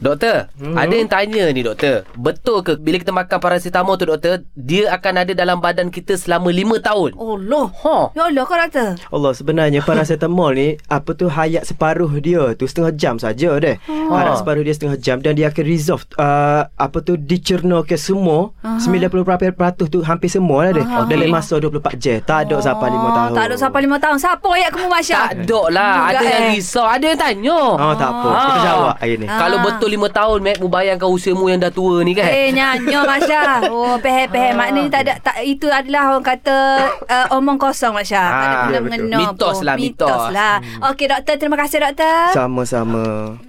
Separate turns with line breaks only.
Doktor, hmm. ada yang tanya ni doktor. Betul ke bila kita makan paracetamol tu doktor, dia akan ada dalam badan kita selama 5 tahun?
Oh loh.
Ha.
Ya Allah kau doktor.
Allah sebenarnya paracetamol ni apa tu hayat separuh dia tu setengah jam saja deh.
Oh.
Hayat separuh dia setengah jam dan dia akan resolve uh, apa tu dicerna ke semua
Aha.
90% tu hampir semua lah deh.
Aha. Oh,
Dalam
Okey.
masa 24 jam. Tak ada sampai 5 tahun.
Tak ada sampai 5 tahun. Siapa ayat kamu Masya?
Tak dok lah.
Juga
Ada yang
eh.
risau, ada yang tanya.
Oh, tak apa. Kita
Ah.
jawab hari ni.
Ah.
Kalau betul 5 tahun, Mac, mu bayangkan usiamu yang dah tua ni kan?
Eh nyanyo Masya Oh pehek-pehek Maknanya tak ada tak, Itu adalah orang kata uh, Omong kosong Masya Tak ada
Ah,
benda
betul.
mengena
Mitos
pun.
lah, mitos.
Mitos lah Okey doktor Terima kasih doktor
Sama-sama.